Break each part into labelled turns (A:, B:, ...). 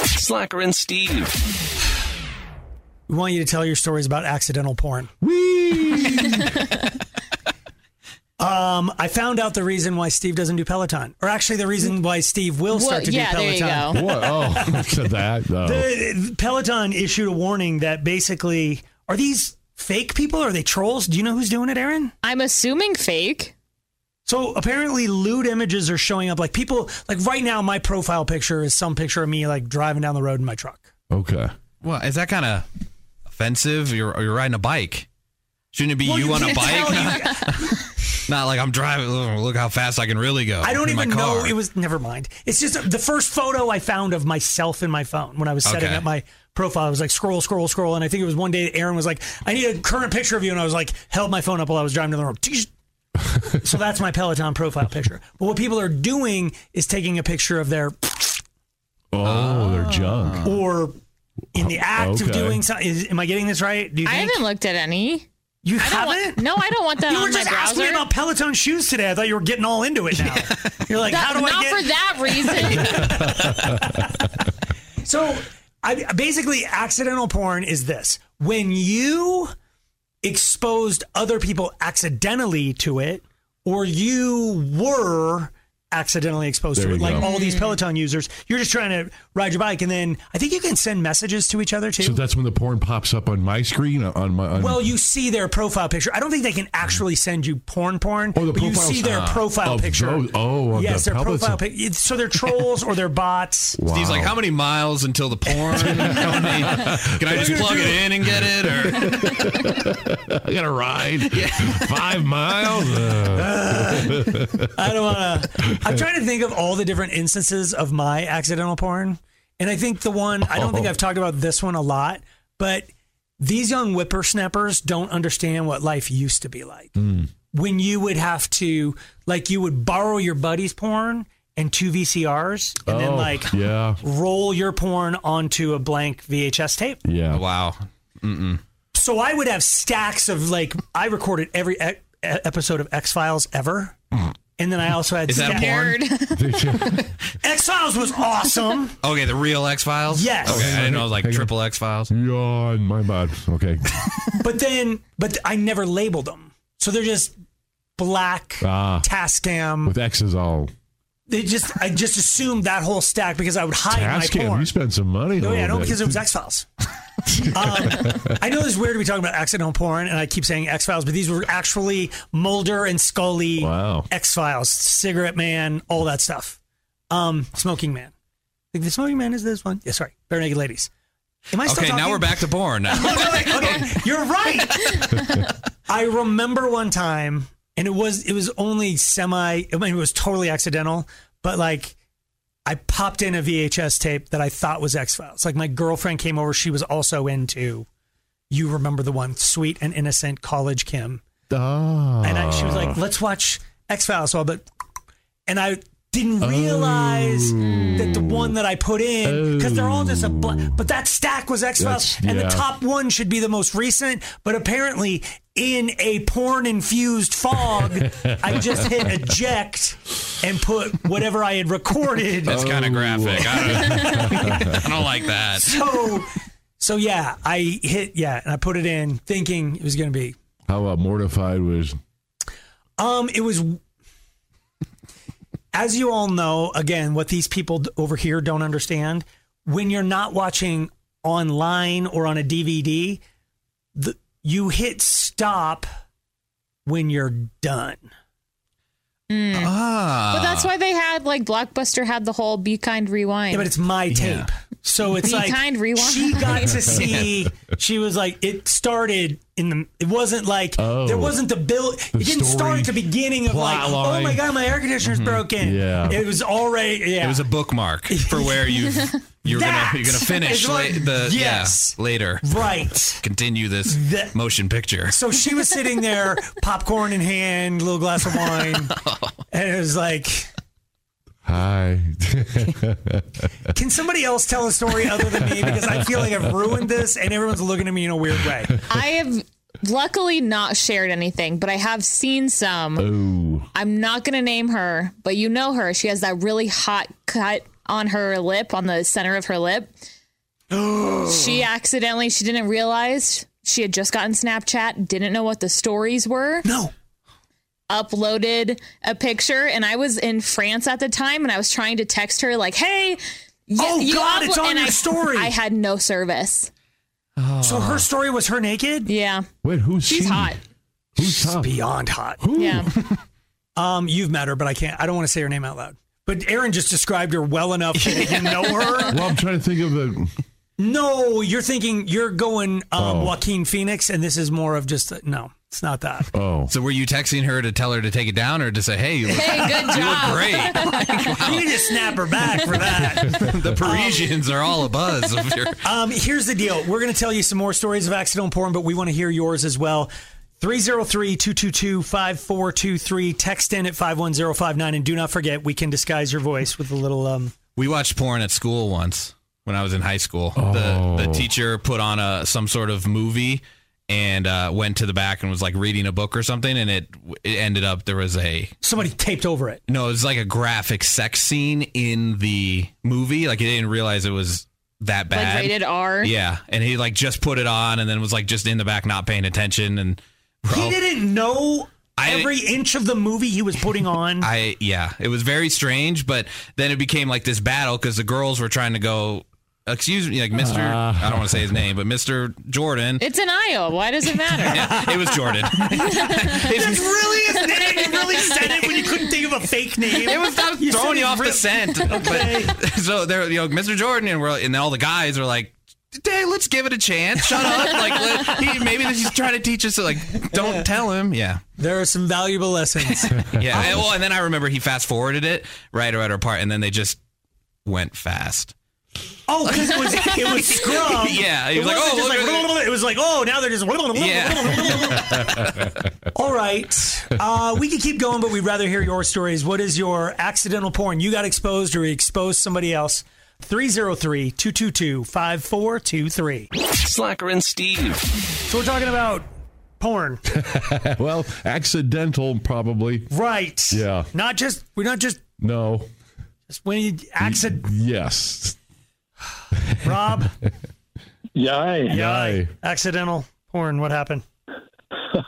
A: Slacker and Steve.
B: We want you to tell your stories about accidental porn. um, I found out the reason why Steve doesn't do Peloton, or actually the reason why Steve will start
C: Well,
B: to
C: yeah,
B: do
C: there
B: Peloton.
C: you go.
D: What? Oh, to that though.
B: The- Peloton issued a warning that basically are these fake people? Are they trolls? Do you know who's doing it, Aaron?
C: I'm assuming fake.
B: So apparently, lewd images are showing up. Like people, like right now, my profile picture is some picture of me like driving down the road in my truck.
D: okay.
E: Well, is that kind of offensive? You're you're riding a bike. Shouldn't it be
B: Well,
E: you,
B: you
E: on a
B: can't tell.
E: bike? Not, not like I'm driving. "Oh, Look how fast I can really go.
B: I don't
E: in my
B: even
E: car."
B: know it was. Never mind. It's just the first photo I found of myself in my phone when I was setting
E: Okay.
B: up my profile. I was like scroll, scroll, scroll, and I think it was one day that Aaron was like, "I need a current picture of you," and I was like, held my phone up while I was driving down the road. Tsh. so that's my Peloton profile picture. But what people are doing is taking a picture of their
D: Oh, they're
B: Ah.
D: junk.
B: or in the act of
D: Okay.
B: doing something. Is, am I getting this right? Do you
C: I
B: think
C: haven't looked at any.
B: you
C: I don't want,
B: haven't?
C: no, I don't want that
B: You
C: on
B: were
C: my
B: just
C: browser.
B: asking me about Peloton shoes today. I thought you were getting all into it now. You're like,
C: That-
B: how do I
C: not
B: get?
C: for that reason.
B: So I, basically, accidental porn is this when you exposed other people accidentally to it, or you were accidentally exposed
D: There
B: to it,
D: you
B: like
D: go.
B: all these Peloton users. You're just trying to ride your bike, and then I think you can send messages to each other too.
D: So that's when the porn pops up on my screen uh, on my. On,
B: well, you see their profile picture. I don't think they can actually send you porn porn.
D: Oh, the
B: but you
D: profiles-
B: see their
D: Ah.
B: profile
D: Of
B: picture.
D: those- oh, of
B: yes,
D: the
B: their profile
D: Peloton.
B: picture. So they're trolls or they're bots.
E: Steve's like, how many miles until the porn? How many- can I just plug it in and get it? Or
D: I got to ride five miles. Uh,
B: I don't want to. I'm trying to think of all the different instances of my accidental porn, and I think the one I
E: Oh.
B: don't think I've talked about this one a lot, but these young whippersnappers don't understand what life used to be like.
E: Hmm.
B: When you would have to, like, you would borrow your buddy's porn and two VCRs, and then
D: oh,
B: like
D: yeah,
B: roll your porn onto a blank VHS tape.
D: yeah.
E: wow,
B: So I would have stacks of like I recorded every e- episode of X Files ever. And then I also had
E: Mm. is that a
B: stack-
E: porn?
C: Nerd.
B: X Files was awesome.
E: Okay, the real X Files.
B: Yes.
E: Okay, I didn't know it was like
D: Hang on.
E: triple X Files.
D: Yawn, my bad. Okay.
B: but then, but I never labeled them. So they're just black
D: Ah.
B: Tascam.
D: With X's all.
B: They just, I just assumed that whole stack because I would hide my
D: Tascam,
B: porn.
D: you spent some money.
B: No, yeah,
D: over
B: no,
D: there.
B: because it was X Files. um, I know it's weird to be talking about accidental porn, and I keep saying X Files, but these were actually Mulder and Scully,
D: Wow.
B: X Files, Cigarette Man, all that stuff. Um, Smoking Man. I think the Smoking Man is this one. Yeah, sorry, Bare Naked Ladies. Am I still
E: Okay, now
B: talking?
E: we're back to porn. Now.
B: okay, okay, you're right. I remember one time, and it was it was only semi. I mean, it was totally accidental, but like. I popped in a VHS tape that I thought was X Files. Like my girlfriend came over; she was also into. You remember the one, sweet and innocent college Kim,
D: Ah.
B: and I, she was like, "Let's watch X Files." So I, but, and I didn't
D: Oh.
B: realize that the one that I put in because they're all just a bl- but that stack was X Files,
D: That's-
B: and
D: yeah.
B: the top one should be the most recent. But apparently, in a porn infused fog, I just hit eject and put whatever I had recorded.
D: Oh.
E: That's kind of graphic. I don't, I don't like that.
B: So, so yeah, I hit yeah, and I put it in thinking it was gonna be
D: How uh, mortified was.
B: Um, it was. As you all know, again, what these people d- over here don't understand when you're not watching online or on a DVD, the, you hit stop when you're done.
E: Ah,
C: But that's why they had like Blockbuster had the whole "Be Kind" rewind.
B: Yeah, but it's my
E: Yeah.
B: tape. So it's
C: Be
B: like
C: kind, rewind.
B: she got to see. She was like, it started in the. It wasn't like
D: Oh.
B: there wasn't the build. it didn't
D: story
B: start at the beginning of like,
E: plot
B: oh my
E: line.
B: god, my air conditioner's broken.
D: Yeah.
B: it was already. Yeah,
E: it was a bookmark for where you you're gonna
B: That
E: you're gonna finish
B: is what-
E: la- the
B: Yes.
E: yeah, later.
B: right.
E: Continue this
B: That-
E: motion picture.
B: So she was sitting there, popcorn in hand, little glass of wine, and it was like,
D: Hi.
B: "Can somebody else tell a story other than me? Because I feel like I've ruined this, and everyone's looking at me in a weird way."
C: I have luckily not shared anything, but I have seen some.
D: Ooh.
C: I'm not going to name her, but you know her. She has that really hot cut on her lip, on the center of her lip. she accidentally, she didn't realize she had just gotten Snapchat, didn't know what the stories were,
B: No.
C: uploaded a picture, and I was in France at the time, and I was trying to text her like, "Hey." y-
B: Oh,
C: you
B: God, it's
C: uplo-"
B: on
C: and
B: your
C: I-
B: story.
C: I had no service.
B: So her story was her naked?
C: Yeah,
D: Wait, who's
C: she's
D: she?
C: hot.
D: Who's hot?
B: Beyond hot.
D: Who?
C: Yeah,
B: Um, you've met her, but I can't I don't want to say her name out loud. But Aaron just described her well enough that you know her.
D: Well, I'm trying to think of the.
B: No, you're thinking you're going um, Joaquin Phoenix, and this is more of just no, it's not that.
D: Oh,
E: So were you texting her to tell her to take it down or to say, hey, you look,
C: hey, good
E: you look
C: job.
E: great?
B: You need to snap her back for that.
E: The Parisians are all abuzz of your.
B: Um, here's the deal. We're going to tell you some more stories of accidental porn, but we want to hear yours as well. 303-222-5423. Text in at 51059. And do not forget, we can disguise your voice with a little... Um,
E: We watched porn at school once when I was in high school. The the teacher put on a some sort of movie and uh, went to the back and was like reading a book or something, and it it ended up there was a
B: somebody taped over it.
E: no, it was like a graphic sex scene in the movie. Like he didn't realize it was that bad.
C: Like rated R.
E: Yeah, and he like just put it on and then was like just in the back not paying attention and.
B: He didn't know
E: I-
B: every inch of the movie he was putting on.
E: I yeah, it was very strange, but then it became like this battle because the girls were trying to go. Excuse me, like Mr. I don't want to say his name, but Mr. Jordan.
C: It's an Iowa. Why does it matter?
E: It was Jordan.
B: That's
E: it
B: really his name. You really said it when you couldn't think of a fake name.
E: was not
B: You said
E: throwing you
B: his
E: off
B: real-
E: the scent. But, so they're you know Mr. Jordan and we're and all the guys are like. Hey, let's give it a chance. Shut up! Like let, he, maybe he's trying to teach us. Like, don't tell him. Yeah,
B: There are some valuable lessons.
E: yeah. And, well, and then I remember he fast forwarded it right at our part, and then they just went fast.
B: Oh, because it was it was scrub.
E: Yeah, he
B: it
E: was like,
B: wasn't
E: "Oh,
B: just
E: look at
B: it was like, oh, now they're just. All right, uh, we could keep going, but we'd rather hear your stories. What is your accidental porn? You got exposed or you exposed somebody else? 303-222-5423.
A: Slacker and Steve.
B: So we're talking about porn,
D: well, accidental probably.
B: right?
D: Yeah.
B: Not just we're not just
D: No.
B: just when you accident,
D: Yes.
B: Rob.
F: Yeah,
B: Yeah,
D: Aye.
B: accidental porn. What happened?
F: I,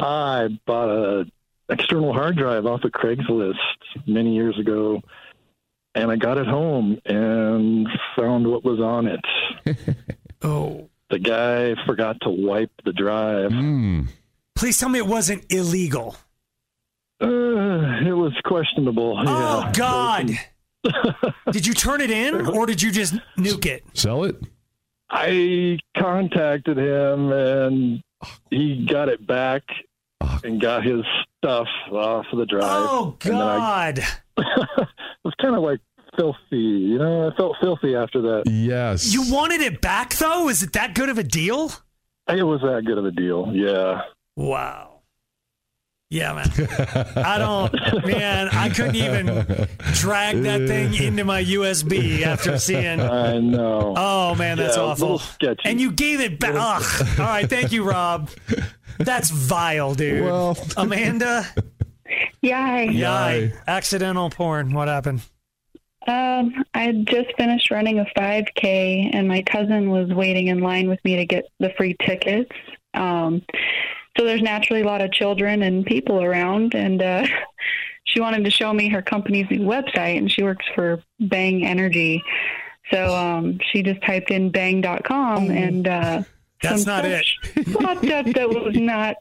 F: I bought a external hard drive off of Craigslist many years ago, and I got it home and found what was on it.
B: Oh,
F: The guy forgot to wipe the drive.
D: Mm.
B: please tell me it wasn't illegal.
F: Uh, it was questionable.
B: Oh
F: yeah.
B: God! did you turn it in, or did you just nuke it?
D: Sell it.
F: I contacted him, and he got it back and got his stuff off of the drive.
B: Oh
F: And then I
B: God!
F: it was kind of like filthy, you know. I felt filthy after that.
D: Yes.
B: You wanted it back though? Is it that good of a deal?
F: It was that good of a deal. Yeah.
B: Wow. Yeah, man. I don't, man. I couldn't even drag that thing into my USB after seeing.
F: I know.
B: Oh man, that's
F: Yeah, a
B: awful.
F: little sketchy.
B: And you gave it back. Ugh. All right, thank you, Rob. That's vile, dude.
D: Well-
B: Amanda,
G: Yay.
B: yeah, accidental porn. What happened?
G: Um, I had just finished running a 5K, and my cousin was waiting in line with me to get the free tickets. Um, so there's naturally a lot of children and people around, and uh, she wanted to show me her company's website, and she works for Bang Energy. So um, she just typed in bang.com, and uh,
B: Oh. That's
G: some
B: not it.
G: search popped up that was not.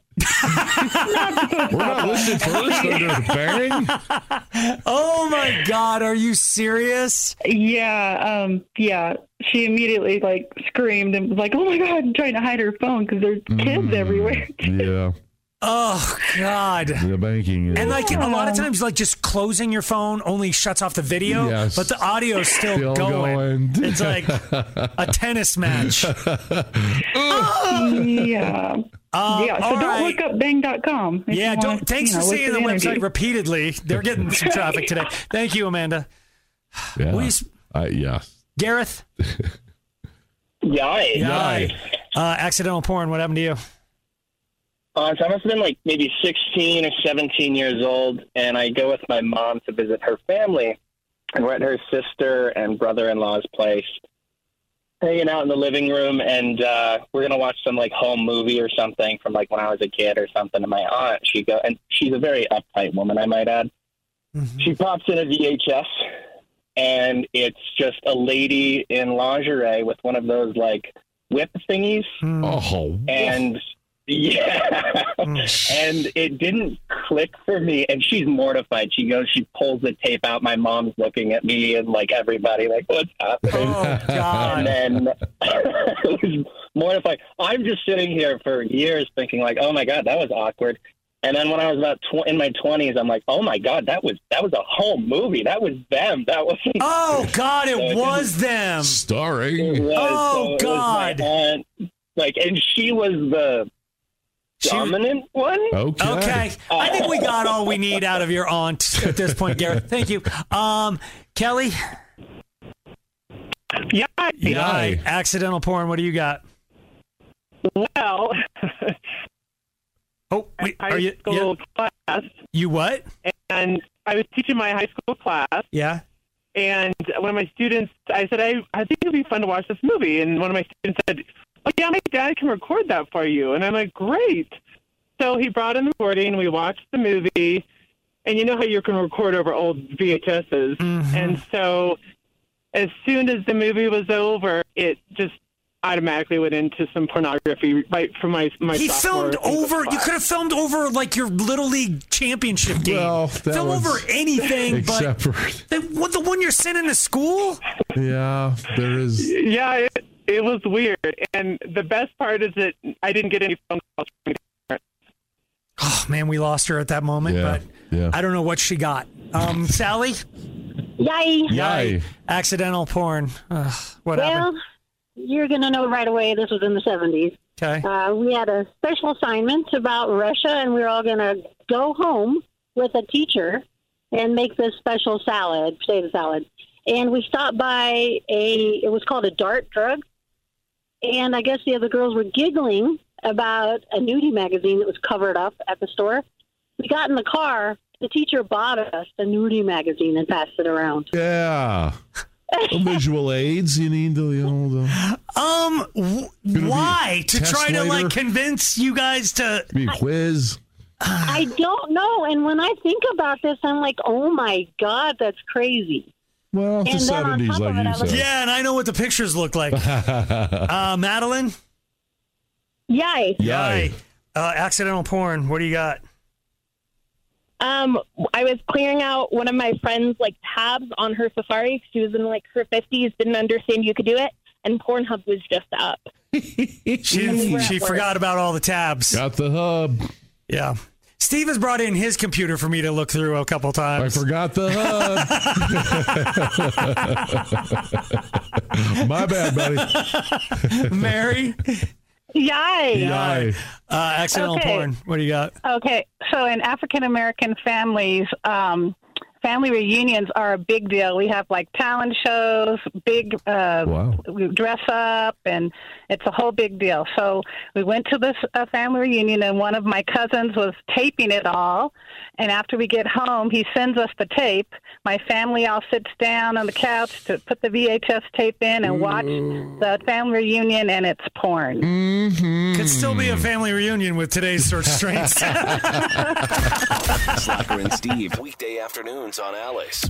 D: We're not listed first under bang.
B: Oh my God, are you serious?
G: Yeah, um, yeah. She immediately like screamed and was like, "Oh my god!" and trying to hide her phone because there's kids
B: Mm.
G: everywhere.
D: Hmm. Yeah.
B: Oh God.
D: The banking. Is
B: And like a lot of times, like just closing your phone only shuts off the video,
D: Yes.
B: but the audio's still,
D: still
B: going.
D: going.
B: It's like a tennis match. Uh,
G: yeah, yeah. So
B: Uh, all
G: don't
B: right.
G: look up Bang.com. if
B: Yeah,
G: you wanna,
B: don't, thanks
G: you know,
B: for
G: look
B: saying
G: at
B: the
G: energy.
B: website repeatedly. They're getting some traffic today. Thank you, Amanda.
D: Yeah.
B: Will you s-
D: I, yes.
B: Gareth?
H: Yeah.
B: Yai. Uh, accidental porn. What happened to you?
H: Uh, so I must have been like maybe 16 or 17 years old, and I go with my mom to visit her family. and we're at her sister and brother-in-law's place, hanging out in the living room, and uh, we're gonna watch some like home movie or something from like when I was a kid or something. And my aunt, she go, and she's a very uptight woman, I might add. She pops in a VHS, and it's just a lady in lingerie with one of those like whip thingies,
B: Mm-hmm.
D: Oh,
H: and yeah.
B: Mm-hmm.
H: and it didn't click for me and she's mortified she goes she pulls the tape out my mom's looking at me and like everybody like what's happening
B: Oh
H: and
B: God!
H: then I was mortified i'm just sitting here for years thinking like oh my god that was awkward and then when i was about tw- in my 20s i'm like oh my god that was that was a home movie that was them that was
B: Oh God! It was them.
H: It
D: starring.
H: was,
B: Oh,
H: so it was my
B: God.
H: aunt. like and she was the
B: She-
H: dominant one
D: Okay.
B: Okay. I think we got all we need out of your aunt at this point, Gareth. Thank you. Um, Kelly.
I: Yeah.
B: Yai. Accidental porn. What do you got?
I: Well,
B: Oh, wait,
I: high
B: are you yeah,
I: school class,
B: you what?
I: and I was teaching my high school class,
B: Yeah.
I: and one of my students, I said, I, I think it'd be fun to watch this movie, and one of my students said, Oh yeah, my dad can record that for you, and I'm like, Great. So he brought in the recording, we watched the movie, and you know how you can record over old VHSs,
B: Mm-hmm.
I: and so as soon as the movie was over, it just automatically went into some pornography right from my my
B: He
I: sophomore
B: filmed
I: English
B: over. You
I: class.
B: could have filmed over like your little league championship game.
D: Well, that
B: Film
D: was-
B: over anything,
D: Except for,
B: but the, what, the one you're sending to school.
D: yeah, there is.
I: Yeah, it, it was weird. And the best part is that I didn't get any phone calls from
B: Oh man, we lost her at that moment,
D: Yeah.
B: but
D: Yeah.
B: I don't know what she got. Um, Sally.
J: Yay!
D: Yay.
B: Accidental porn. Ugh, what happened?
J: Well, you're going to know right away this was in the 70s.
B: Okay.
J: Uh, we had a special assignment about Russia, and we were all going to go home with a teacher and make this special salad, potato salad. And we stopped by a, it was called a dart drug. And I guess the other girls were giggling about a nudie magazine that was covered up at the store. We got in the car. The teacher bought us the nudie magazine and passed it around.
D: Yeah. Visual aids, you need to, you know, to
B: Um, w-
D: be
B: why to
D: test
B: try to like
D: later.
B: convince you guys to?
D: be a quiz.
J: I don't know. And when I think about this, I'm like, oh my God, that's crazy.
D: Well, the
J: And then on
D: 70s,
J: top of it, I
D: like you
J: was-
D: said.
B: Yeah, and I know what the pictures look like. uh, Madeline.
J: Yay.
D: Yay.
B: Uh, accidental porn. What do you got?
K: Um, I was clearing out one of my friends' like tabs on her Safari. She was in like her fifties, didn't understand you could do it, and Pornhub was just up.
B: She she forgot about all the tabs.
D: Got the hub.
B: Yeah. Steve has brought in his computer for me to look through a couple
D: I
B: times.
D: forgot the hub. My bad, buddy.
B: Mary.
D: E
J: Yay.
D: Yay.
B: Uh, accidental
K: Okay.
B: porn. What do you got?
K: Okay, so in African American families, um, family reunions are a big deal. We have like talent shows, big uh,
D: Wow.
K: we dress up and it's a whole big deal. So we went to this uh, family reunion and one of my cousins was taping it all. And after we get home, he sends us the tape. My family all sits down on the couch to put the VHS tape in and watch the family reunion and it's porn.
B: Could still be a
D: Hmm.
B: family reunion with today's search strengths.
A: Slacker and Steve. Weekday afternoons on Alice.